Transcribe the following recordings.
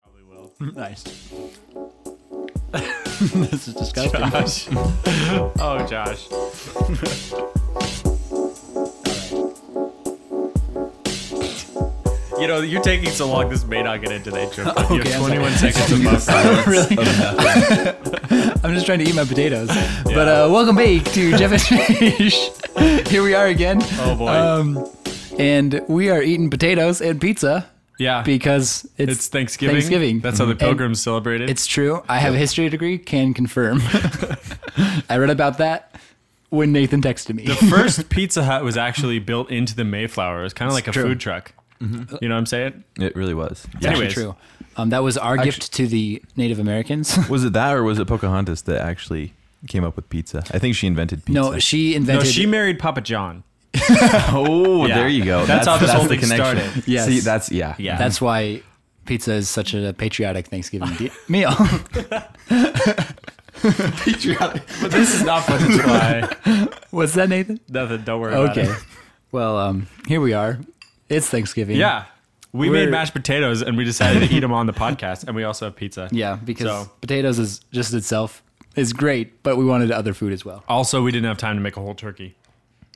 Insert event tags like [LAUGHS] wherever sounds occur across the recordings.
[LAUGHS] Nice. this is disgusting. Josh. oh, Josh. [LAUGHS] You know, you're taking so long. This may not get into that joke. but you Okay, have I'm 21 sorry. seconds of [LAUGHS] buffer. really? nothing. I'm just trying to eat my potatoes. But uh, welcome back to Jeff and Fish. [LAUGHS] Here we are again. Oh boy. Um, and we are eating potatoes and pizza yeah, because it's, it's Thanksgiving. Thanksgiving. Mm-hmm. That's how the And pilgrims celebrated. It's true. I have a history degree, [LAUGHS] can confirm. [LAUGHS] I read about that when Nathan texted me. the first [LAUGHS] Pizza Hut was actually built into the Mayflower. It was kind of like a true. Mm-hmm. food truck. You know what I'm saying? It really was. It's actually Anyways. true. Um, that was our gift to the [LAUGHS] Native Americans. Was it that or was it Pocahontas that actually came up with pizza? I think she invented pizza. [LAUGHS] no, she No, invented. she married Papa John. Oh, Yeah. there you go. That's how this whole the thing connection. started. Yes. See, that's yeah. Yeah. That's why pizza is such a patriotic Thanksgiving de- meal. Patriotic. [LAUGHS] But this is [LAUGHS] not Fourth of July. What's that, Nathan? Nothing. Don't worry about it. Okay. Well, um, here we are. It's Thanksgiving. Yeah. We We're- made mashed potatoes and we decided to eat them on the podcast, and we also have pizza. [LAUGHS] Yeah, because So- potatoes is just itself is great, but we wanted other food as well. Also, we didn't have time to make a whole turkey,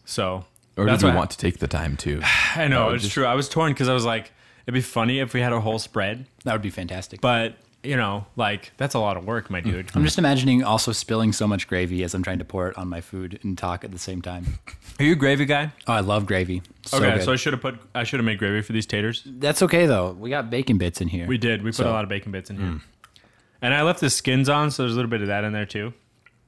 so Or that's did we why- want to take the time to? I know Oh, would it's just- true. I was torn because I was like, it'd be funny if we had a whole spread, That would be fantastic. but you know, like that's a lot of work, my dude. I'm just imagining also spilling so much gravy as I'm trying to pour it on my food and talk at the same time. Are you a gravy guy? Oh, I love gravy. So okay, good. so I should have put I should have made gravy for these taters. that's okay though. We got bacon bits in here. We did. We put So- Mm. a lot of bacon bits in here, and I left the skins on, so there's a little bit of that in there too.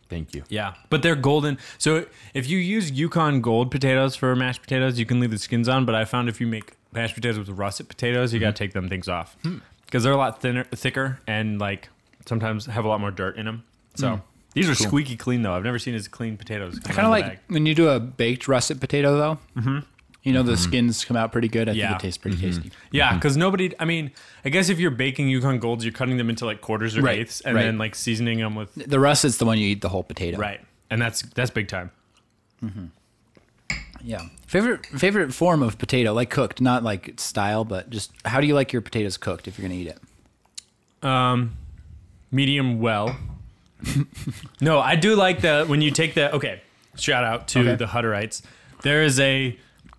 Thank you. Yeah, but they're golden. So if you use Yukon Gold potatoes for mashed potatoes, you can leave the skins on. But I found if you make mashed potatoes with russet potatoes, you Mm-hmm. gotta take them things off Hmm. because they're a lot thinner, thicker, and like sometimes have a lot more dirt in them. So Hmm. these are squeaky clean though. I've never seen as clean potatoes. Kind of like when you do a baked russet potato though. Mm-hmm. You know the skins come out pretty good. I Yeah. think it tastes pretty tasty. yeah, because nobody. I mean, I guess if you're baking Yukon Golds, you're cutting them into like quarters or Right, eighths, and right. then like seasoning them with The russet's the one you eat the whole potato. right, and that's that's big time. Yeah. Favorite favorite form of potato, like cooked, not like style, but just how do you like your potatoes cooked if you're gonna eat it? medium well. no, I do like the when you take the okay. Shout out to Okay. the Hutterites. There is a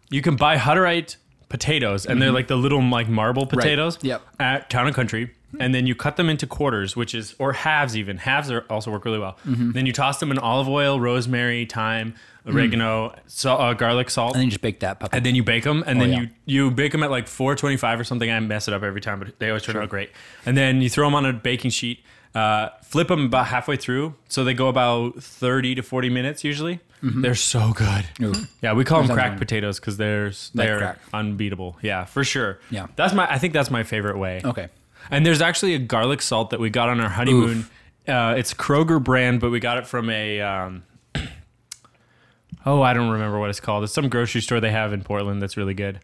you can buy Hutterite potatoes, and they're like the little like marble potatoes. Mm-hmm. Yep. At Town and Country, and then you cut them into quarters, which is or halves even. Halves are also work really well. Mm-hmm. Then you toss them in olive oil, rosemary, thyme, Mm. oregano, so, uh, garlic salt. And then you just bake that puppy. And then you bake them, and then Oh, yeah. you you bake them at like 425 or something. I mess it up every time, but they always turn out great. And then you throw them on a baking sheet, uh, flip them about halfway through, so they go about 30 to 40 minutes usually. They're so good. Mm-hmm. Ooh. Yeah, we call them nothing cracked wrong. potatoes because they're s- they're crack. unbeatable. Yeah, for sure. Yeah. that's my I think that's my favorite way. Okay. And there's actually a garlic salt that we got on our honeymoon. Uh, it's Kroger brand, but we got it from a. Um, [CLEARS THROAT] oh, I don't remember what it's called. It's some grocery store they have in Portland that's really good.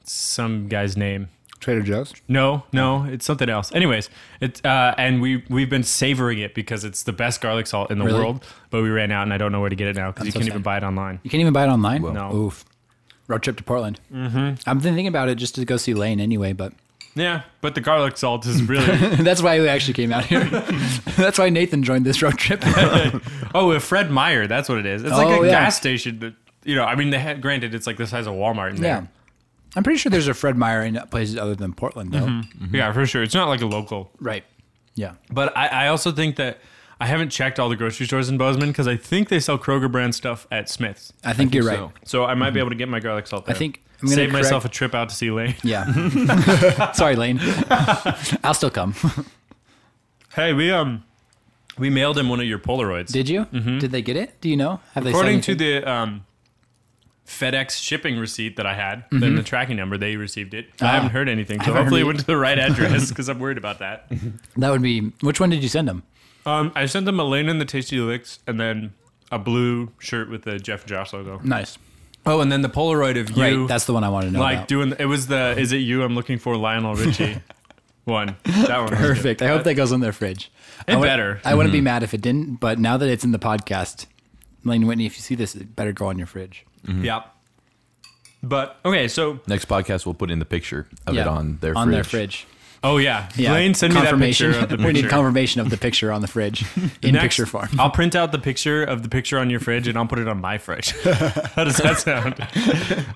It's some guy's name. Trader Joe's. No, no, it's something else. Anyways, it's uh, and we we've been savoring it because it's the best garlic salt in the Really? world. But we ran out, and I don't know where to get it now because you so can't sad. even buy it online. You can't even buy it online. No. Oof. Road trip to Portland. Mm-hmm. I've been thinking about it just to go see Lane anyway, but [LAUGHS] Yeah, but the garlic salt is really. that's why we actually came out here. [LAUGHS] that's why Nathan joined this road [LAUGHS] trip. oh, a Fred Meyer. That's what it is. It's like Oh, a yeah. gas station that you know. I mean, they had, granted, it's like the size of Walmart. In there. yeah. I'm pretty sure there's a Fred Meyer in places other than Portland though. Yeah, for sure. It's not like a local. Right. Yeah. Mm-hmm. But I, I also think that I haven't checked all the grocery stores in Bozeman because I think they sell Kroger brand stuff at Smith's. I think you're right. so. So I might be able to get my garlic salt I there. think I'm gonna Save correct- myself a trip out to see Lane. [LAUGHS] Yeah. Sorry, Lane. I'll still come. [LAUGHS] Hey, we um we mailed him one of your Polaroids. Did you? Did they get it? Do you know? Have they? Mm-hmm. said According to anything? the um FedEx shipping receipt that I had, then the tracking number, they received it. I Mm-hmm. Ah. haven't heard anything, so haven't heard hopefully it any- went to the [LAUGHS] right address because I'm worried about that. that would be which one did you send them? Um, I sent them Elena and the Tasty Licks and then a blue shirt with the Jeff and Josh logo. Nice. Oh, and then the Polaroid of you. right. That's the one I want to know. like about. doing it was the is it you I'm looking for Lionel Richie one that one was good. Perfect. I hope that goes in their fridge. It I would- better. I wouldn't be mad if it didn't, but now that it's in the podcast, Lane Whitney, if you see this, it better go on your fridge. yeah Mm-hmm. but okay so Next podcast, we'll put in the picture of Yeah, it on their on fridge. their fridge. Oh yeah, Blaine send me that picture of the picture. [LAUGHS] we need confirmation of the picture on the [LAUGHS] fridge in Next, picture form. I'll print out the picture of the picture on your fridge and I'll put it on my fridge. [LAUGHS] How does that sound?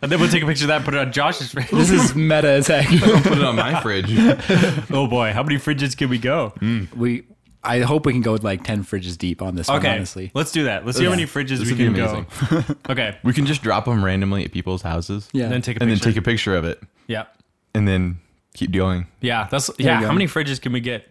and then we'll take a picture of that, put it on Josh's fridge. This is meta [LAUGHS] attack. Put it on my fridge. Oh boy, how many fridges can we go? we, I hope we can go with like ten fridges deep on this Okay, one. Honestly, let's do that. Let's see how many fridges This we would be can amazing. go. [LAUGHS] Okay, We can just drop them randomly at people's houses. Yeah. and then take a And then picture. take a picture of it, yeah, and then keep going. yeah, that's you yeah. go. How many fridges can we get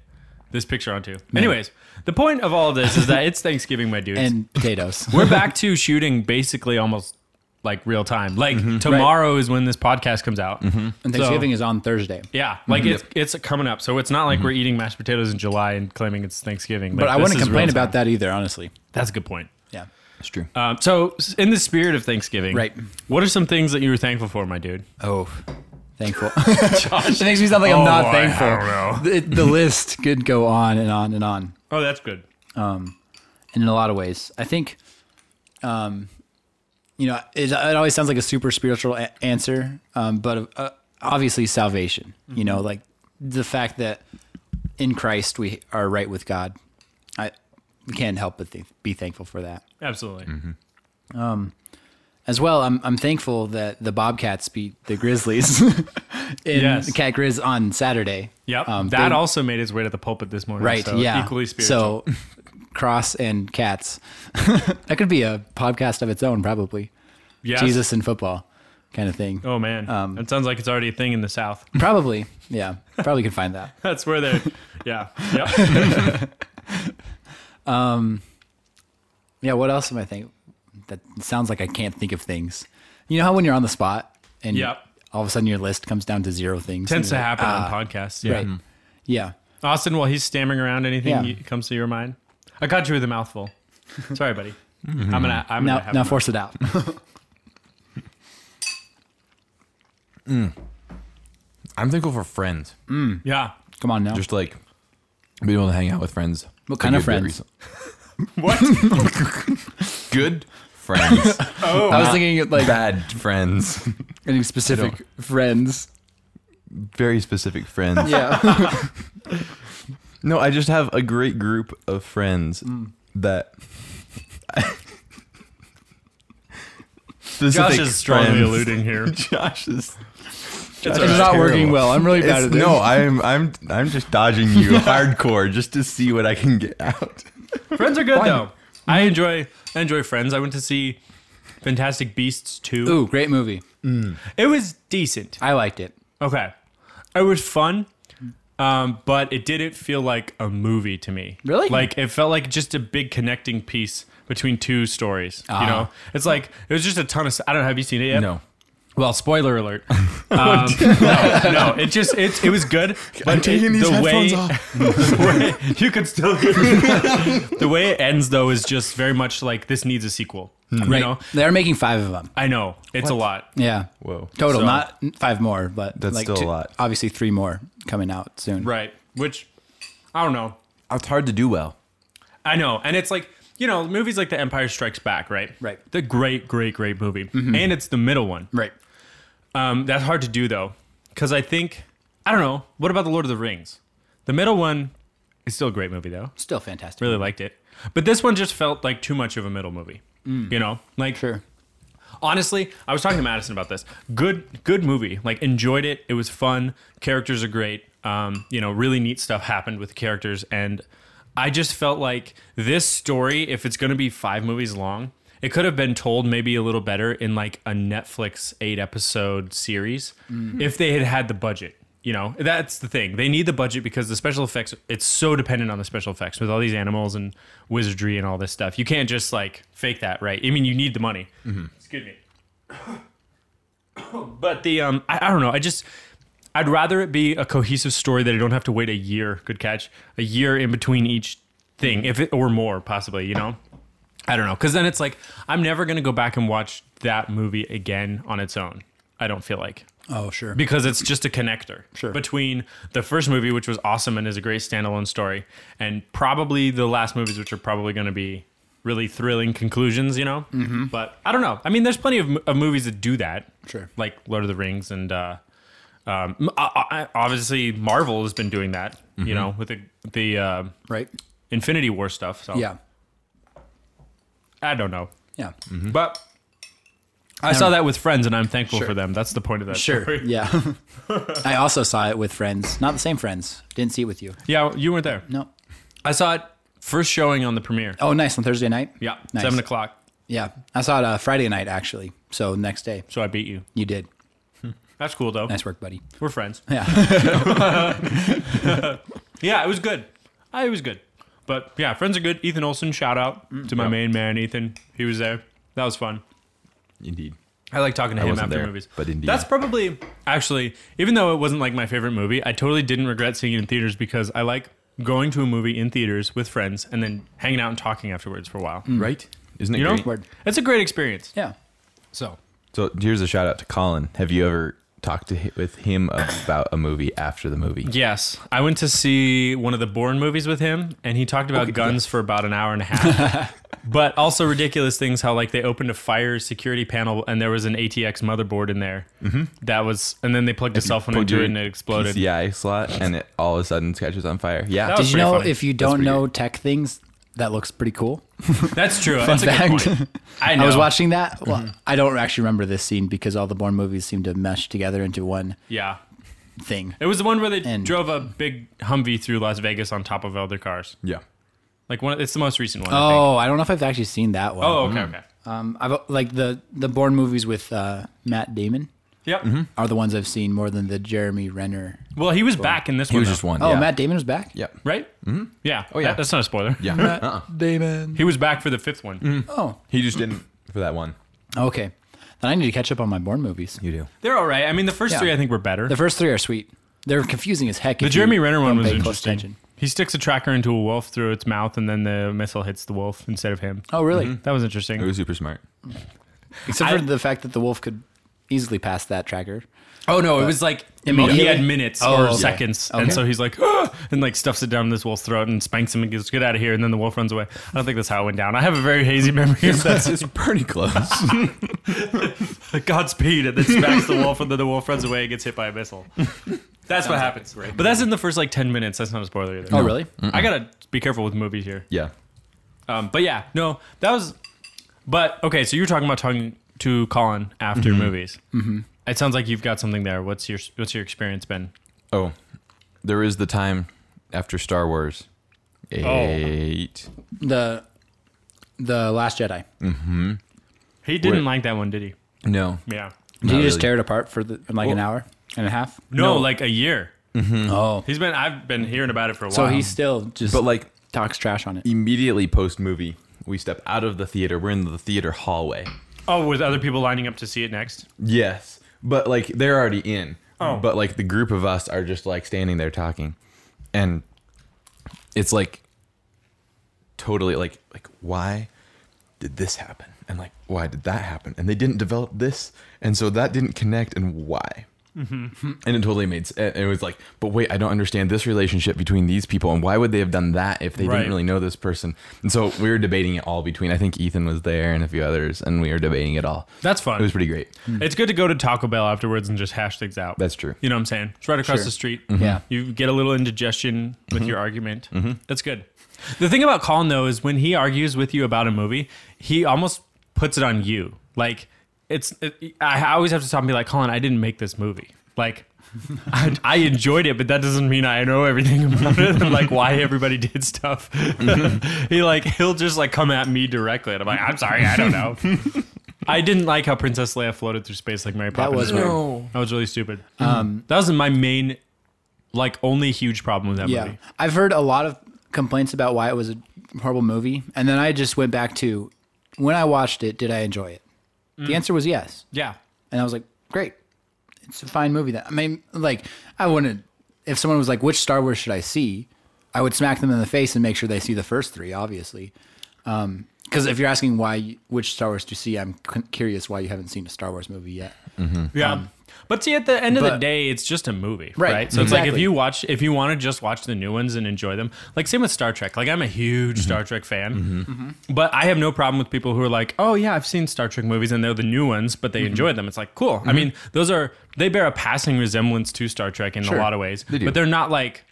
this picture onto? Anyways, the point of all this is that it's Thanksgiving, my dudes. and potatoes. we're back to shooting basically almost like real time. Like Mm-hmm. tomorrow is when this podcast comes out. And Thanksgiving is on Thursday. Yeah, like it's it's coming up, so it's not like we're eating mashed potatoes in July and claiming it's Thanksgiving. Mm-hmm. But I wouldn't complain about that. that either, honestly. That's a good point. Yeah. It's true. Um, so, s- in the spirit of Thanksgiving, Right. What are some things that you were thankful for, my dude? Oh, [LAUGHS] thankful. it makes me sound like I'm Oh, I not don't thankful. The, the list could go on and on and on, Oh, that's good. and in a lot of ways. I think, um, you know, it, it always sounds like a super spiritual a- answer, um, but uh, obviously salvation. You know, Mm-hmm. like the fact that in Christ we are right with God. I we can't help but th- be thankful for that. Absolutely. As well, I'm I'm thankful that the Bobcats beat the Grizzlies [LAUGHS] in Yes. Cat Grizz on Saturday. Yep. Um, that big- also made its way to the pulpit this morning. right? So yeah, Equally spiritual. So, cross and cats. [LAUGHS] that could be a podcast of its own, probably. yes. Jesus and football, kind of thing. Oh man, Um, that sounds like it's already a thing in the South. [LAUGHS] Probably, yeah. Probably could find that. That's where they're. [LAUGHS] Yeah. Yep. Yeah. What else am I thinking? That sounds like I can't think of things. You know how when you're on the spot and Yep. all of a sudden your list comes down to zero things. Tends to and you're happen like, on podcasts. ah, Yeah. Hmm. Right. Yeah. Austin, while he's stammering around, anything Yeah. you- comes to your mind? I caught you with a mouthful. Sorry, buddy. Mm-hmm. I'm gonna. I'm Now, gonna have now mine. force it out. I'm thankful for friends. Yeah. Come on [LAUGHS] now. Just like being able to hang out with friends. What kind of Good friends? [LAUGHS] reason. [LAUGHS] Good friends. I was thinking of, like Bad friends. any specific [LAUGHS] friends. Very specific friends. Yeah. No, I just have a great group of friends that. Josh Specific is strongly friends. alluding [LAUGHS] here. [LAUGHS] Josh is. It's it's alright. not terrible. working well. I'm really bad It's- at this. no, I'm I'm I'm just dodging you hardcore just to see what I can get out. Friends are good though. I enjoy I enjoy Friends. I went to see Fantastic Beasts 2. Ooh, great movie. It was decent. I liked it. Okay. It was fun. Um, but it didn't feel like a movie to me. Really? Like it felt like just a big connecting piece between two stories. Ah. You know? It's like it was just a ton of s- I don't know, have you seen it yet? Well, spoiler [LAUGHS] alert. Um, no, no, it just it, it was good. But I'm taking it- these the headphones [LAUGHS] way, off. the way- you could still [LAUGHS] hear me. the way it ends though is just very much like this needs a sequel. You Hmm. Right. know, They're making five of them. I know it's a lot. Yeah. Whoa. Total, So- not five more, but That's like still a lot. Obviously, three more coming out soon. Right, which I don't know. It's hard to do well. I know, and it's like you know movies like The Empire Strikes Back, right? Right. Mm-hmm. The great, great, great movie, and it's the middle one. Right. Um, that's hard to do though, because I think I don't know. What about the Lord of the Rings? The middle one is still a great movie though. Still fantastic. really liked it. But this one just felt like too much of a middle movie. You know, like Mm. Sure. honestly, I was talking to Madison about this. Good, good movie. Like enjoyed it. It was fun. Characters are great. Um, you know, really neat stuff happened with characters, and I just felt like this story, if it's going to be five movies long, it could have been told maybe a little better in like a Netflix eight episode series if they had had the budget. You know, that's the thing. They need the budget because the special effects, it's so dependent on the special effects with all these animals and wizardry and all this stuff. You can't just like fake that, right? I mean, you need the money. Excuse me [COUGHS] but the um I, I don't know i just i'd rather it be a cohesive story that i don't have to wait a year good catch a year in between each thing if it or more possibly you know i don't know because then it's like i'm never going to go back and watch that movie again on its own i don't feel like Oh, sure. because it's just a connector Sure. between the first movie which was awesome and is a great standalone story and probably the last movies which are probably going to be really thrilling conclusions you know mm-hmm. but i don't know i mean there's plenty of, of movies that do that Sure. like lord of the rings and uh Um, m- I- I- obviously, Marvel has been doing that, Mm-hmm. you know, with the the uh, right? Infinity War stuff. So Yeah, I don't know, yeah, but I saw that with friends, and I'm thankful for them. That's the point of that. sure, story. [LAUGHS] yeah. I also saw it with friends, not the same friends. Didn't see it with you. Yeah, you weren't there. No. I saw it first showing on the premiere. Oh, nice on Thursday night. Yeah, Nice. seven o'clock. yeah. I saw it uh, Friday night actually. So next day, So I beat you. you did. That's cool though. Nice work, buddy. [LAUGHS] We're friends. Yeah, Yeah, it was good. I it was good. But yeah, friends are good. Ethan Olson, shout out Mm, to my main man, Ethan. He was there. That was fun. Indeed. I like talking to him wasn't after there, movies. but indeed. that's probably actually, even though it wasn't like my favorite movie, I totally didn't regret seeing it in theaters because I like going to a movie in theaters with friends and then hanging out and talking afterwards for a while. Mm, Right? Isn't it You know, great? Word. it's a great experience. yeah. So So here's a shout out to Colin. Have you ever talked to hi- with him about a movie after the movie? yes, I went to see one of the Bourne movies with him, and he talked about guns for about an hour and a half. but also ridiculous things how like they opened a fire security panel and there was an ATX motherboard in there. Mm-hmm. That was, and then they plugged a cell phone Plugged into your it and it exploded. PCI slot, and it all of a sudden catches on fire. Yeah. That was Did you pretty know funny. if you don't pretty know tech things, that looks pretty cool. [LAUGHS] That's true. That's a fact. good [LAUGHS] point. I know. Mm-hmm. I was watching that. Well, I don't actually remember this scene because all the Bourne movies seem to mesh together into one Yeah. thing. It was the one where they And- drove a big Humvee through Las Vegas on top of other cars. yeah. Like one, it's the most recent one. I think. Oh, I don't know if I've actually seen that one. Oh, okay, okay. Um, I've like the the Bourne movies with uh, Matt Damon Yep. are the ones I've seen more than the Jeremy Renner. Well, he was back in this He one. was though. just one. Oh, yeah. Matt Damon was back. Yep. right? Mm-hmm. Yeah. Oh yeah. that's not a spoiler. Yeah. Uh-uh. Damon. He was back for the fifth one. Oh, He just didn't for that one. okay. Then I need to catch up on my Bourne movies. You do. They're all right. I mean, the first Yeah. three I think were better. The The, first three are sweet. They're confusing as heck. The Jeremy Renner one was interesting. He sticks a tracker into a wolf through its mouth, and then the missile hits the wolf instead of him. Oh, really? That was interesting. It was super smart. Except for Mm-hmm. I- the fact that the wolf could easily pass that tracker. oh no, it was like he Immediately? had minutes Oh, or okay. seconds, Okay. and so he's like, "Ah!" and like stuffs it down this wolf's throat and spanks him and goes, "Get out of here!" And then the wolf runs away. I don't think that's how it went down. I have a very hazy memory [LAUGHS] of [LAUGHS] that. That's it's pretty close. [LAUGHS] Godspeed, and then smacks the wolf, and then the wolf runs away and gets hit by a [LAUGHS] missile. That's what happens. But that's in the first like ten minutes. That's not a spoiler either. Oh, really? I gotta be careful with movies here. yeah. Um, but yeah, no, that was. But okay, so you were talking about talking to Colin after movies. Mm-hmm. It sounds like you've got something there. What's your What's your experience been? Oh, there is the time after Star Wars. Oh. Eight. The the Last Jedi. He didn't Wait. like that one, did he? No. Yeah. Did Not you just really. tear it apart for the, like an Well- hour and a half? No, like a year. Oh, He's been. I've been hearing about it for a while. so he still just But like talks trash on it. immediately post movie, we step out of the theater. We're in the theater hallway. oh, with other people lining up to see it next. Yes, but like they're already in. Oh. But like the group of us are just like standing there talking, and it's like totally like like why did this happen and like why did that happen and they didn't develop this and so that didn't connect and why Mm-hmm. and it totally made sense it was like but wait i don't understand this relationship between these people and why would they have done that if they Right. didn't really know this person and so we were debating it all between i think ethan was there and a few others and we were debating it all That's fun. it was pretty great It's good to go to Taco Bell afterwards and just hash things out. That's true. You know what I'm saying? It's right across the street. Yeah. You get a little indigestion with your argument. That's good. The thing about Colin, though, is when he argues with you about a movie, he almost puts it on you. Like, it's, it, I I always have to stop and be like, Colin, I didn't make this movie. Like, [LAUGHS] I, I enjoyed it, but that doesn't mean I know everything [LAUGHS] about it and like why everybody did stuff. [LAUGHS] he like he'll just like come at me directly, and I'm like, I'm sorry, I don't know. I didn't like how Princess Leia floated through space like Mary Poppins. was did. weird. That was really stupid. Um, that was my main, like, only huge problem with that Yeah, movie. I've heard a lot of complaints about why it was a horrible movie, and then I just went back to when I watched it. Did I enjoy it? Mm. The answer was yes, Yeah, and I was like, great, it's a fine movie. That I mean, like, I wouldn't. If someone was like, which Star Wars should I see? I would smack them in the face and make sure they see the first three, obviously. Um, Because if you're asking why, which Star Wars to see, I'm c- curious why you haven't seen a Star Wars movie yet. Yeah. Um, but see, at the end of the but- day, it's just a movie, Right, right? So it's like if exactly. you watch, if you want to just watch the new ones and enjoy them, like same with Star Trek. Like I'm a huge Star Trek fan, Mm-hmm. but I have no problem with people who are like, "Oh yeah, I've seen Star Trek movies and they're the new ones, but they enjoy them." It's like cool. I mean, those are they bear a passing resemblance to Star Trek in Sure, a lot of ways, they do. but they're not like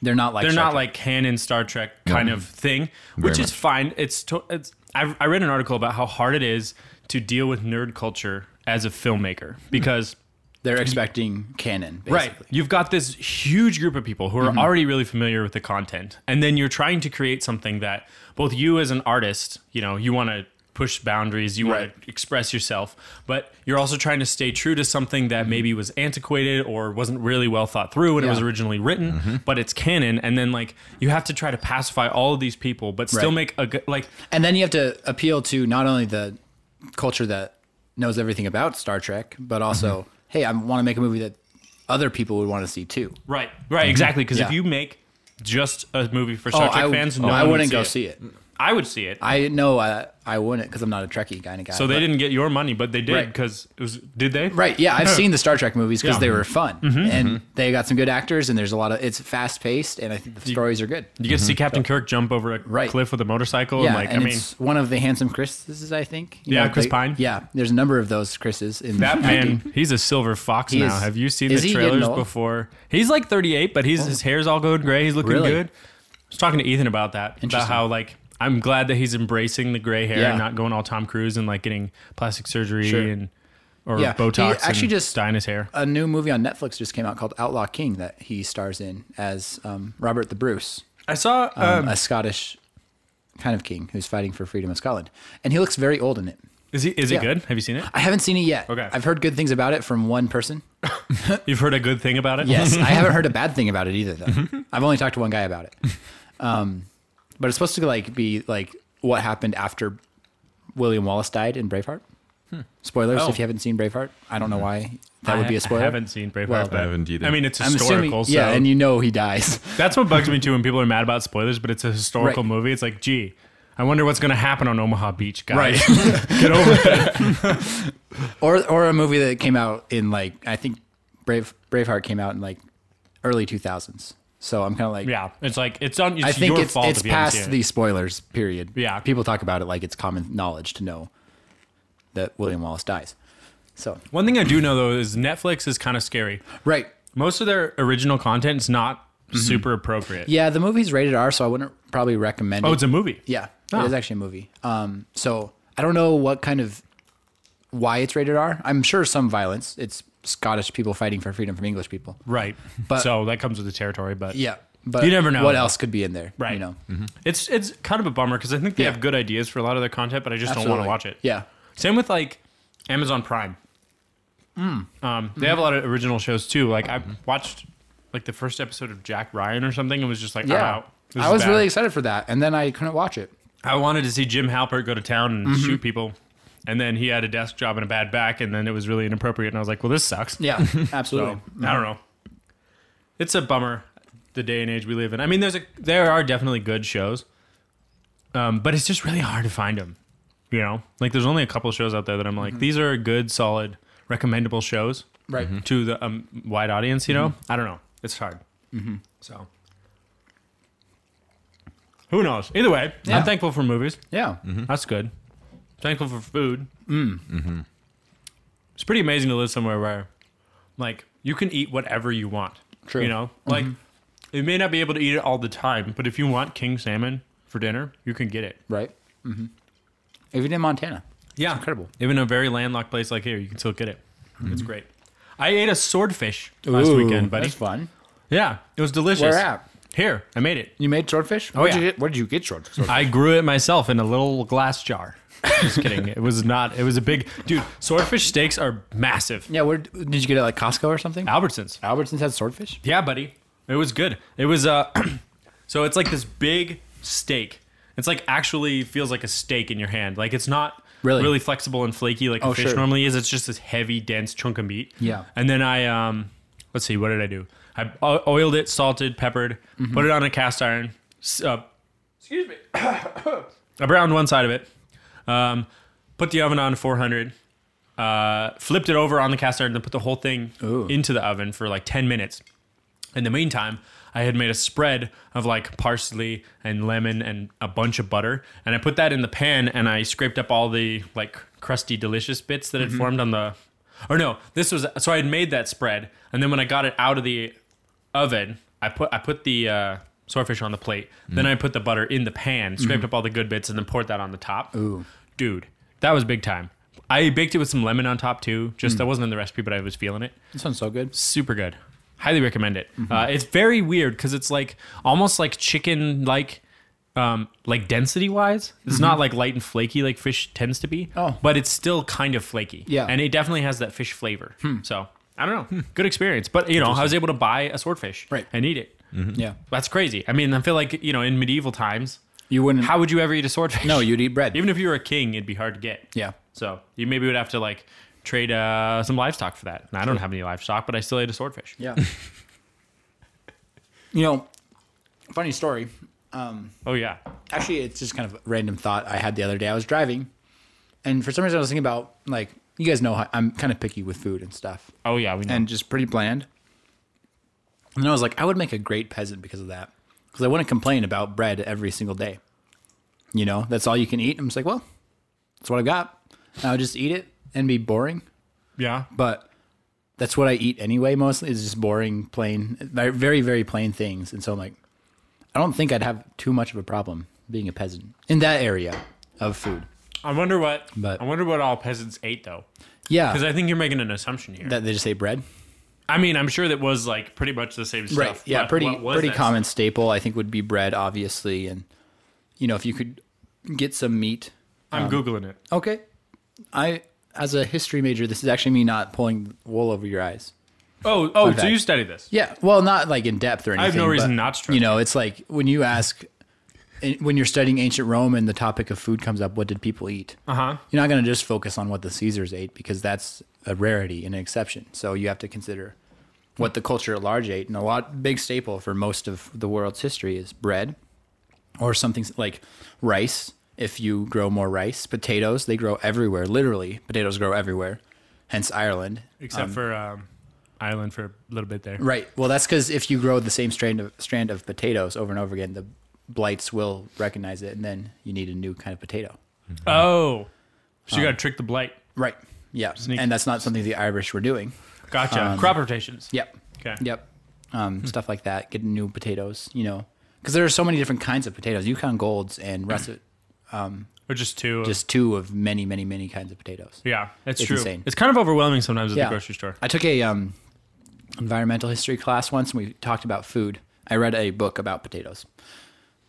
They're not like they're Star not Trek. like canon Star Trek kind of thing, which is much. fine. It's, to, it's I, I read an article about how hard it is to deal with nerd culture as a filmmaker because they're expecting canon. Basically. Mm-hmm. right you've got this huge group of people who are already really familiar with the content and then you're trying to create something that both you as an artist you know you want to push boundaries you Right. want to express yourself but you're also trying to stay true to something that maybe was antiquated or wasn't really well thought through when it was Mm-hmm. Yeah. Mm-hmm. originally written but it's canon and then like you have to try to pacify all of these people but still Right. make a good like And then you have to appeal to not only the culture that knows everything about Star Trek, but Mm-hmm. also, hey, I want to make a movie that other people would want to see too. right right exactly because Mm-hmm. Yeah. if you make just a movie for Star Trek I, fans. oh, No one I would wouldn't go see it. I would see it. I know I, I wouldn't because I'm not a Trekkie kind of guy. So they but- didn't get your money, but they did Right. because it was. Did they? Right. Yeah, [LAUGHS] I've seen the Star Trek movies because Yeah. Mm-hmm. they were fun and they got some good actors and there's a lot of it's fast paced and I think the stories are good. You get to see Captain Kirk jump over a Right. cliff with a motorcycle, Yeah, and like and Oh, I mean, it's [LAUGHS] one of the handsome Chris's, I think. You Yeah, Chris they- Pine. Yeah, there's a number of those Chris's in that I think- man, he's a silver fox He now. is- Have you seen is the he getting trailers old? before? He's like 38, but he's his hair's all going gray. He's looking Really? good. I was talking to Ethan about that, about Interesting. how like I'm glad that he's embracing the gray hair Yeah. and not going all Tom Cruise and like getting plastic surgery Sure. and or Yeah. Botox. He actually and just- dyeing his hair. A new movie on Netflix just came out called Outlaw King that he stars in as um, Robert the Bruce, I saw. um, a Scottish kind of king who's fighting for freedom in Scotland, and he looks very old in it. is he? Is yeah. it good? Have you seen it? I haven't seen it yet. Okay. I've heard good things about it from one person. You've heard a good thing about it. [LAUGHS] Yes, I haven't heard a bad thing about it either, though. I've only talked to one guy about it. Um, but it's supposed to like be like what happened after William Wallace died in Braveheart. Spoilers Oh. Hmm. if you haven't seen Braveheart. I don't know why that I- would be a spoiler. I haven't seen Braveheart. Well- but- I haven't either. I mean, it's I'm historical. assuming, yeah, so and you know he dies. That's what [LAUGHS] bugs me too when people are mad about spoilers, but it's a historical Right. movie. It's like, gee, I wonder what's going to happen on Omaha Beach, guys. Right. [LAUGHS] Get over it. [LAUGHS] or or a movie that came out in like I think Brave Braveheart came out in like early 2000s. So I'm kind of like Yeah. It's like, it's on, it's I think your it's fault it's if you haven't past seen it. the spoilers period. Yeah. people talk about it like it's common knowledge to know that William Wallace dies. So One thing I do know though is Netflix is kind of scary. right, Most of their original content is not super appropriate. Mm-hmm. yeah, the movie's rated R, so I wouldn't probably recommend. Oh, it. it's a movie. yeah, Oh. it is actually a movie. Um, so I don't know what kind of why it's rated R. I'm sure some violence. It's Scottish people fighting for freedom from English people. Right. But- so that comes with the territory, but Yeah, but You never know. what else could be in there. Right. you know, It's, it's kind of a bummer because I think they Yeah. have good ideas for a lot of their content, but I just don't want Absolutely. to watch it. Yeah, Same with like Amazon Prime. Hmm. Um, they have a lot of original shows too. Like Mm-hmm. I watched like the first episode of Jack Ryan or something and was just like, I'm yeah. out. This I is was bad. really excited for that, and then I couldn't watch [LAUGHS] it. I wanted to see Jim Halpert go to town and Mm-hmm. shoot people. And then he had a desk job and a bad back, and then it was really inappropriate. And I was like, well, this sucks. Yeah, So, absolutely. I don't know. It's a bummer the day and age we live in. I mean, there's a there are definitely good shows, um, but it's just really hard to find them. You know, like there's only a couple shows out there that I'm like, Mm-hmm. these are good, solid, recommendable shows Right. to the um, wide audience. You know, Mm-hmm. I don't know. It's hard. So. Who knows? Either way, Yeah. I'm thankful for movies. Yeah. That's good. Thankful for food. Mm. It's pretty amazing to live somewhere where, like, you can eat whatever you want. True. Mm-hmm. You know, like, you may not be able to eat it all the time, but if you want king salmon for dinner, you can get it. Right. Mm-hmm. Even in Montana. Yeah, incredible. Even in a very landlocked place like here, you can still get it. It's great. I ate a swordfish last weekend, buddy. That's fun. Yeah, it was delicious. Where at? Here, I made it. You made swordfish? Oh, where yeah. Did you get, where did you get sword- [LAUGHS] swordfish? I grew it myself in a little glass jar. Just kidding. It was not. It was a big dude. Swordfish steaks are massive. yeah. Where did you get it? Like Costco or something? Albertsons. Albertsons had swordfish. Yeah, buddy. It was good. It was uh [CLEARS THROAT] so it's like this big steak. It's like actually feels like a steak in your hand. Like it's not Really? flexible and flaky like Oh, a fish sure. normally is. It's just this heavy, dense chunk of meat. Yeah. And then I um let's see, what did I do? I o- oiled it, salted, peppered, Mm-hmm. put it on a cast iron. s- Uh, excuse me. [COUGHS] I browned one side of it. Um, put the oven on 400. uh, flipped it over on the cast iron, and put the whole thing Ooh. into the oven for like 10 minutes. In the meantime, I had made a spread of like parsley and lemon and a bunch of butter, and I put that in the pan and I scraped up all the like crusty, delicious bits that had formed on the. Or no, this was so I had made that spread, and then when I got it out of the oven, I put I put the uh, swordfish on the plate, then I put the butter in the pan, scraped up all the good bits, and then poured that on the top. Ooh, dude, that was big time. I baked it with some lemon on top too. Just that wasn't in the recipe, but I was feeling it That sounds so good. super good. Highly recommend it. Mm-hmm. Uh, it's very weird because it's like almost like chicken like. Um, like density wise, it's not like light and flaky like fish tends to be. Mm-hmm. Oh. but it's still kind of flaky. Yeah. Hmm. and it definitely has that fish flavor. So I don't know, Hmm. good experience. But you know, I was able to buy a swordfish Right. and eat it. Yeah. That's crazy. I mean, I feel like you know, in medieval times, You wouldn't. how would you ever eat a swordfish? no, you'd eat [LAUGHS] bread. even if you were a king, it'd be hard to get. yeah. So you maybe would have to like trade uh, some livestock for that. And I don't have any livestock, but I still ate a swordfish. Yeah. [LAUGHS] you know, funny story. Oh yeah. actually it's just kind of a random thought i had the other day i was driving and for some reason i was thinking about like you guys know how i'm kind of picky with food and stuff Oh yeah, we know. and just pretty bland and i was like i would make a great peasant because of that because i wouldn't complain about bread every single day you know that's all you can eat i'm just like well that's what i got and i would just eat it and be boring yeah. but that's what I eat anyway. Mostly is just boring, plain, very, very plain things. And so I'm like, I don't think I'd have too much of a problem being a peasant in that area of food. I wonder what But- I wonder what all peasants ate though. Yeah, Because I think you're making an assumption here. that they just say bread, I mean, I'm sure that was like pretty much the same stuff. Yeah, but pretty, what was pretty that common staple. I think would be bread, obviously, and you know if you could get some meat. stuff? um, I'm googling it. Okay, I as a history major, this is actually me not pulling wool over your eyes. Oh, oh, so fact. you studied this? Yeah, well, not like in depth or anything. have no reason but, not to try You know, it's like when you ask, when you're studying ancient Rome and the topic of food comes up, what did people eat? Uh huh. You're not going to just focus on what the Caesars ate because that's a rarity and an exception. So you have to consider what the culture at large ate, and a lot big staple for most of the world's history is bread, or something s- like rice. If you grow more rice, potatoes they grow everywhere. Literally, potatoes grow everywhere. Hence Ireland. Except for um, Ireland for a little bit there. Right. Well, that's because if you grow the same strand of strand of potatoes over and over again, the blights will recognize it, and then you need a new kind of potato. Oh, so Um, you got to trick the blight. Right. Yeah. And that's not something the Irish were doing. Gotcha. um, Crop rotations. Yep. Okay. Yep. Um, Hmm. Stuff like that. Get new potatoes. You know, because there are so many different kinds of potatoes. Yukon Golds and [CLEARS THROAT] russet, Or just two. of- just two of many, many, many kinds of potatoes. yeah, that's It's true. insane. It's kind of overwhelming sometimes at the grocery store. I took a um, environmental history class once, and we talked about food. I read a book about potatoes.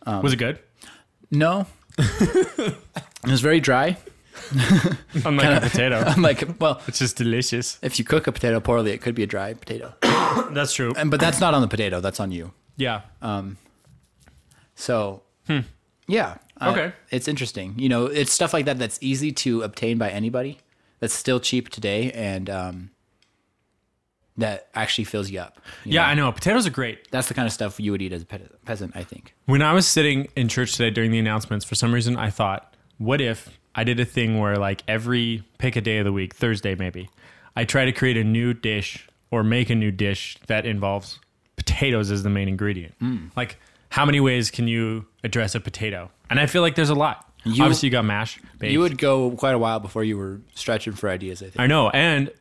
um, was it [LAUGHS] good? [LAUGHS] No. it was very dry. [LAUGHS] Unlike a potato, I'm like, well, which is delicious. if you cook a potato poorly, it could be a dry potato. That's true. And but that's not on the potato. That's on you. Yeah. um, So, yeah. I- Hmm. Okay. it's interesting. You know, it's stuff like that that's easy to obtain by anybody. That's still cheap today, and um, that actually fills you up. you yeah, know? I know. Potatoes are great. that's the kind of stuff you would eat as a pe- peasant. I think. When I was sitting in church today during the announcements, for some reason I thought, what if I did a thing where like every pick a day of the week, Thursday maybe, I try to create a new dish or make a new dish that involves potatoes as the main ingredient. Hmm. Like how many ways can you address a potato? And I feel like there's a lot. Obviously you got mash, baked. You would go quite a while before you were stretching for ideas. I think. I know, and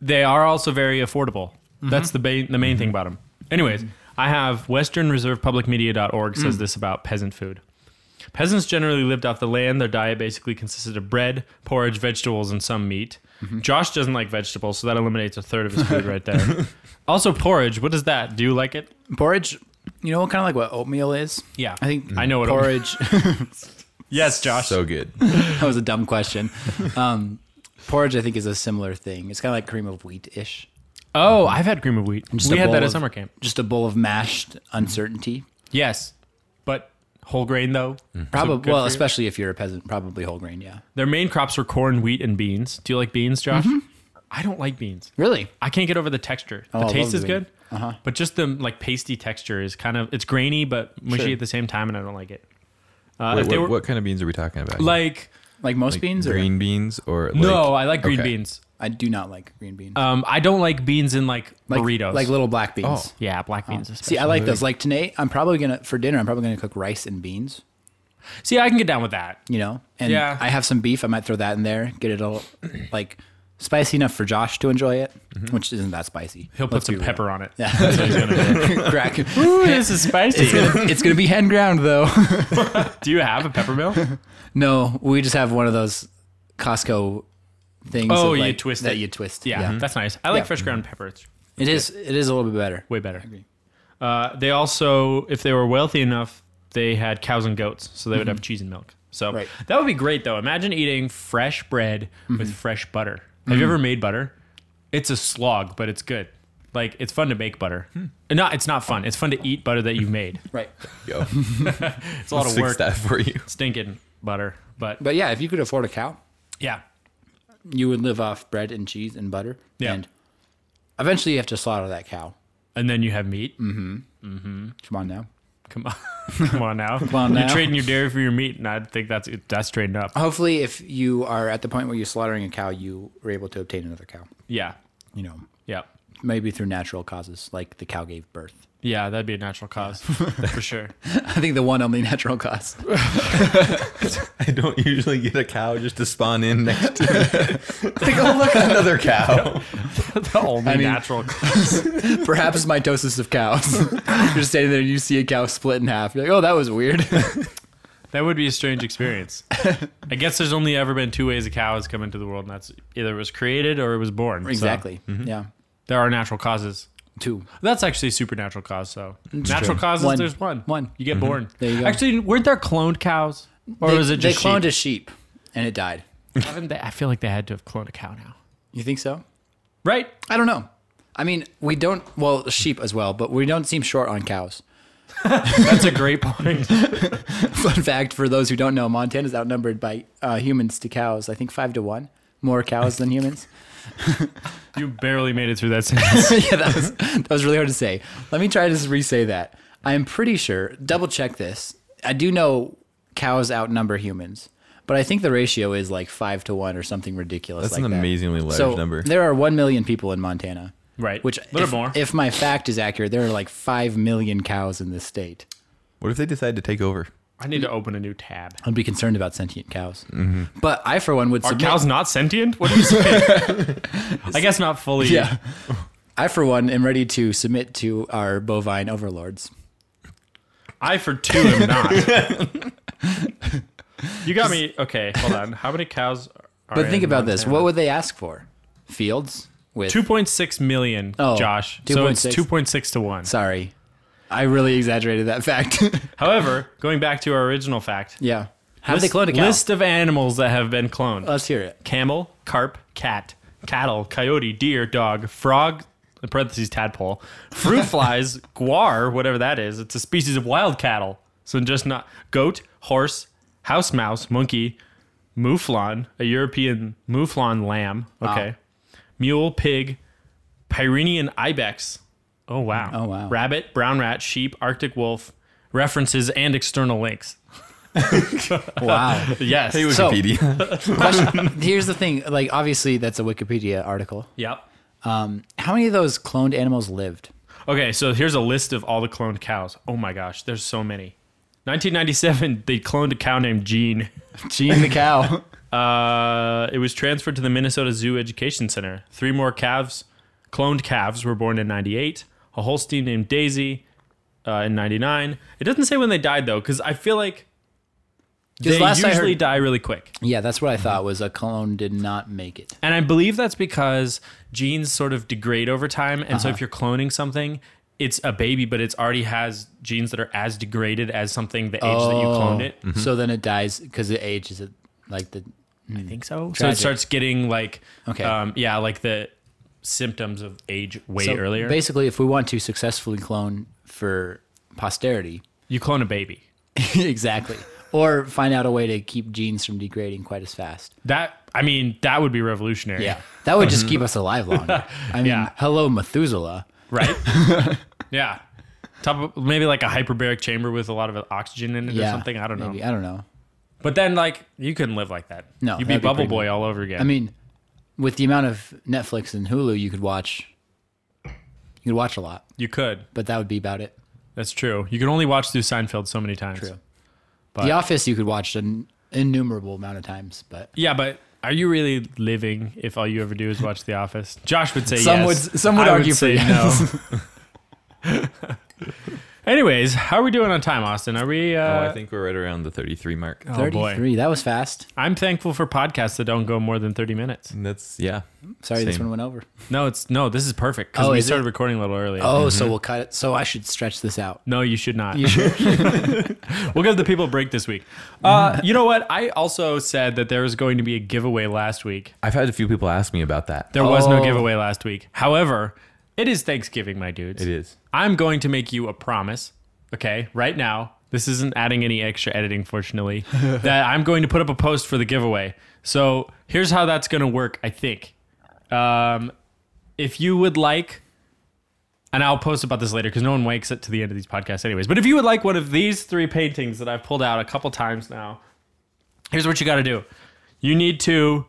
they are also very affordable. That's the ba- the main thing about them. Anyways, I have Western Reserve Public Media.org says this about peasant food. Peasants generally lived off the land. Their diet basically consisted of bread, porridge, vegetables, and some meat. Josh doesn't like vegetables, so that eliminates a third of his food right there. also, porridge. What is that? Do you like it? Porridge. You know, kind of like what oatmeal is. Yeah, I think I know what porridge. porridge. Yes, Josh. So good. Uh, that was a dumb question. Um, porridge, I think, is a similar thing. It's kind of like cream of wheat ish. oh, I've had cream of wheat. Just we a had that bowl at of- summer camp. Just a bowl of mashed uncertainty. Yes, but whole grain though. Probably, good well, for you. especially if you're a peasant, probably whole grain. Yeah. Their main crops were corn, wheat, and beans. Do you like beans, Josh? I don't like beans. Really? I can't get over the texture. The Mm-hmm. Oh, I love taste is the Uh-huh. good, bean. but just the like pasty texture is kind of it's grainy but mushy Sure. at the same time, and I don't like it. Uh, Wait, if they what, were what kind of beans are we talking about? here? like Like most Like beans? green beans, or like, no, I like green okay. beans. I do not like green beans. Um, I don't like beans in like, like, burritos. like little black beans. Oh. yeah, black beans. See, especially. I like those. Like tonight, I'm probably gonna for dinner. I'm probably gonna cook rice and beans. See, I can get down with that. You know, and Yeah. I have some beef. I might throw that in there. Get it all like spicy enough for Josh to enjoy it, which isn't that spicy. Mm-hmm. He'll put Let's some be real. [LAUGHS] pepper on it. Crack. [LAUGHS] Ooh, this is spicy. It's [LAUGHS] gonna, it's gonna be hand ground though. [LAUGHS] Do you have a pepper mill? no, we just have one of those Costco things. Oh, of, you like, twist that it. you twist. Yeah, that's nice. I like fresh ground Mm-hmm. pepper. It's it is. It is a little bit better. way better. Uh, they also, if they were wealthy enough, they had cows and goats, so they would have cheese and milk. So Mm-hmm. Right. that would be great, though. Imagine eating fresh bread Mm-hmm. with fresh butter. Have you ever made butter? It's a slog, but it's good. Like it's fun to make butter. Hmm. No, it's not fun. It's fun to eat butter that you've made. Right. [LAUGHS] Yo, It's a lot of fix work, that for you. stinking butter. But But yeah, if you could afford a cow, yeah, you would live off bread and cheese and butter. Yeah. And eventually, you have to slaughter that cow. and then you have meat. Mm. Come on now. [LAUGHS] Come on, come on now. Come on You're now. trading your dairy for your meat, and I think that's that's trading up. Hopefully, if you are at the point where you're slaughtering a cow, you were able to obtain another cow. Yeah, You know, yeah, maybe through natural causes, like the cow gave birth. yeah. That'd be a natural cause for sure. [LAUGHS] I think the one only natural [LAUGHS] cause. [LAUGHS] I don't usually get a cow just to spawn in next to [LAUGHS] me. like, oh, look, another [LAUGHS] cow. [LAUGHS] the only mean- Oh, [LAUGHS] natural. Perhaps [LAUGHS] mitosis of cows. [LAUGHS] you're standing there and you see a cow split in half. You're like, oh, that was [LAUGHS] weird. that would be a strange [LAUGHS] experience. I guess there's only ever been two ways a cow has come into the world, and that's either it was created or it was born. So exactly. Yeah. there are natural causes. Two. That's actually a supernatural cause. So natural causes, One. there's one. One. You get born. There you go. Actually, weren't there cloned cows, or they, was it they just cloned sheep? a sheep and it died? Haven't they- [LAUGHS] I feel like they had to have cloned a cow now, You think so? right? I don't know. I mean, we don't. Well, sheep as well, but we don't seem short on cows. [LAUGHS] That's a great point. [LAUGHS] Fun fact for those who don't know, Montana's outnumbered by uh, humans to cows. I think five to one. More cows than humans. you barely made it through that [LAUGHS] sentence. yeah, that was that was really hard to say. Let me try to re-say that. I am pretty sure. Double check this. I do know cows outnumber humans, but I think the ratio is like five to one or something ridiculous. That's like an that. amazingly large so number. There are one million people in Montana. Right. Which, Little if, more. if my fact is accurate, there are like five million cows in this state. What if they decide to take over? I need to open a new tab. I'd be concerned about sentient cows. Mm-hmm. But I, for one, would Are submit. cows not sentient? What do you say? I guess not fully. [LAUGHS] [LAUGHS] yeah. I, for one, am ready to submit to our bovine overlords. I for two am not. [LAUGHS] [LAUGHS] you got me. Okay, hold on. How many cows? Are But think about this: what would they ask for? Fields with Two point six million, Oh, Josh. So it's 2.6. two point six to one. Sorry, I really exaggerated that fact. [LAUGHS] However, going back to our original fact, yeah. How list, did they clone a cow? list of animals that have been cloned: Let's hear [LAUGHS] it. camel, carp, cat, cattle, coyote, deer, dog, frog. In parentheses tadpole, [LAUGHS] fruit flies, guar, whatever that is. It's a species of wild cattle. So just not goat, horse, house mouse, monkey, mouflon, a European mouflon lamb. Ah. Okay, mule, pig, Pyrenean ibex. Oh wow. Oh, wow. Rabbit, brown rat, sheep, Arctic wolf. References and external links. Wow. Yes. So- uh, Wikipedia. Question- Here's the thing: like, obviously, that's a Wikipedia article. yep. Um, how many of those cloned animals lived? Okay, so here's a list of all the cloned cows. Oh my gosh, there's so many. 1997, [LAUGHS] they cloned a cow named Jean. Gene the cow. Uh, it was transferred to the Minnesota Zoo Education Center. Three more calves, cloned calves, were born in 98. A Holstein named Daisy uh, in 99. It doesn't say when they died, though, because I feel like they Because last I usually heard, die really quick. [LAUGHS] yeah, that's what I thought was a clone did not make it. And I believe that's because genes sort of degrade over time. And Uh-huh. so if you're cloning something, it's a baby, but it's already has genes that are as degraded as something the age that Oh. you cloned it. So then it Mm-hmm. dies because it ages it like the I think so. So it Tragic. starts getting like, Okay. um, yeah, like the symptoms of age way so earlier. Basically, if we want to successfully clone for posterity, you clone a baby. [LAUGHS] exactly, or find out a way to keep genes from degrading quite as fast. That I mean, that would be revolutionary. Yeah, that would just keep us [LAUGHS] alive longer. I Mm-hmm. mean, Yeah. hello Methuselah. Right. [LAUGHS] yeah. Top of, maybe like a hyperbaric chamber with a lot of oxygen in it or Yeah, something. I don't know. Maybe. I don't know. But then like you couldn't live like that. No, you'd be that'd be Bubble pretty Boy all over again. I mean, with the amount of Netflix and Hulu you could watch, you could watch a lot, You could. but that would be about it. That's true. You can only watch through Seinfeld so many times. True. But- the Office you could watch an innumerable amount of times, but Yeah, but are you really living if all you ever do is watch The Office? Josh would say Some yes. would- some would I argue for say yes. no. [LAUGHS] [LAUGHS] Anyways, how are we doing on time, Austin? Are we? Uh, [LAUGHS] oh, I think we're right around the 33 mark. oh, boy, 33. That was fast. I'm thankful for podcasts that don't go more than 30 minutes. And that's yeah. Sorry, this Same. one went over. No, it's no. This is perfect because Oh, we is it? started recording a little early. Oh, so we'll cut it. So I should stretch this out. No, you should not. You should. [LAUGHS] We'll give the people a break this week. Uh, you know what? I also said that there was going to be a giveaway last week. I've had a few people ask me about that. There was no Oh. giveaway last week. However, it is Thanksgiving, my dudes. It is. I'm going to make you a promise, okay, right now. This isn't adding any extra editing, [LAUGHS] fortunately, that I'm going to put up a post for the giveaway. So here's how that's going to work, I think. Um, if you would like, and I'll post about this later because no one wakes it to the end of these podcasts, anyways. But if you would like one of these three paintings that I've pulled out a couple times now, here's what you got to do you need to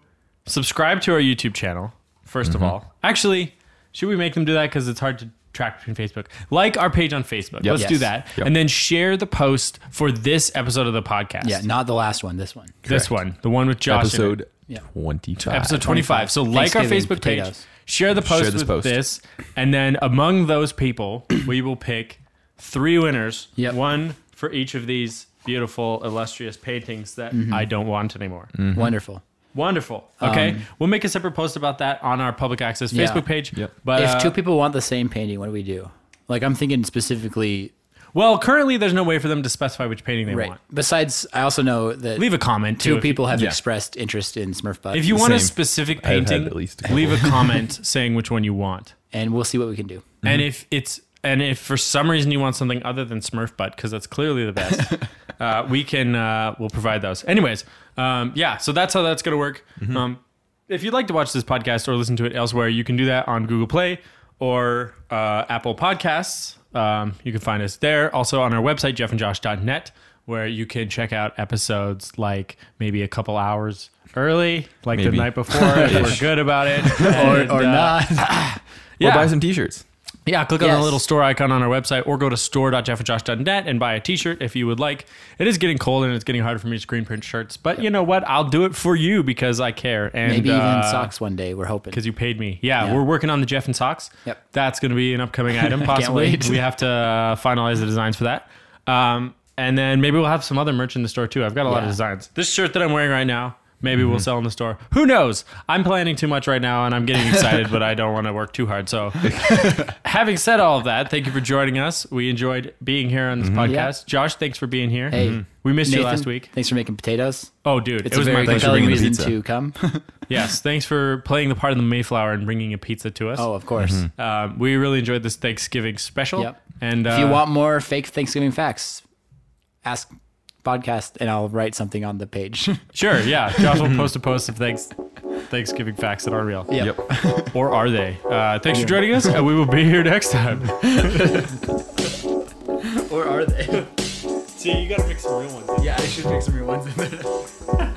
subscribe to our YouTube channel, 1st of Mm-hmm. all. Actually, should we make them do that? Because it's hard to track between Facebook. Like our page on Facebook. Let's do Yes. that. Yep. And then share the post for this episode of the podcast. Yeah, not the last one. This one. This one, the one with Josh. in it. Episode Yeah. 25. Episode 25. Uh, So like our Thanksgiving Facebook page, potatoes. share the post Share this with post. this, and then among those people, [CLEARS THROAT] we will pick three winners, Yep. one for each of these beautiful, illustrious paintings that Mm-hmm. I don't want anymore. Mm. Wonderful. Wonderful. Okay. we'll make a separate post about that on our public access Um, Yeah. Facebook page. Yep. But if uh, two people want the same painting, what do we do? Like I'm thinking specifically, well, currently there's no way for them to specify which painting they right? want. Besides, I also know that Leave a comment. too two if you- people have yeah. expressed interest in Smurf Butt, If you want a Same. specific I've had painting, at least a couple. leave a [LAUGHS] comment saying which one you want. and we'll see what we can do. And if it's and if for some reason you want something other than Smurf butt because that's clearly the best, uh, we can uh, we'll provide those. Anyways, um, yeah, so that's how that's gonna work. Um, if you'd like to watch this podcast or listen to it elsewhere, you can do that on Google Play or uh, Apple Podcasts. Um, you can find us there. Also on our website, jeffandjosh.net, where you can check out episodes like maybe a couple hours early, like the Maybe. night before, if we're good about it. [LAUGHS] And, Or uh, not. Or Yeah. buy some t-shirts. Yeah, click on the Yes. little store icon on our website or go to store.jeffandjosh.net and buy a t shirt if you would like. It is getting cold and it's getting hard for me to screen print shirts, but you know what? I'll do it for you because I care. And uh, Maybe even socks one day. We're hoping. Because you paid me. Yeah, Yeah. we're working on the Jeff and Socks. Yep. That's going to be an [LAUGHS] upcoming item, possibly. wait. we have to uh, finalize the designs for that. Um, and then maybe we'll have some other merch in the store too. I've got a lot of Yeah. Mm-hmm. designs. This shirt that I'm wearing right now, maybe we'll sell in the store. Who knows? I'm planning too much right now and I'm getting excited, but I don't want to work too hard. [LAUGHS] So having said all of that, thank you for joining us. We enjoyed being here on this podcast. Josh, thanks for being here. Mm-hmm. Hey, Mhm. we missed Nathan, you last week. Thanks for making potatoes. Oh, dude, It's it was a very my pleasure. compelling bringing the reason pizza. to come. [LAUGHS] Yes, thanks for playing the part of the Mayflower and bringing a pizza to us. oh, of course. Mm-hmm. Um, we really enjoyed this Thanksgiving special. Yep. And uh, If you want more fake Thanksgiving facts, ask podcast, and I'll write something on the page. [LAUGHS] sure, yeah, Josh will post a post of thanks, Thanksgiving facts that are real, Yep. or are they? Uh, thanks for joining us, and we will be here next time. Or are they? [LAUGHS] [LAUGHS] See, you gotta make some real ones. Yeah, I should make some real ones [LAUGHS] in there.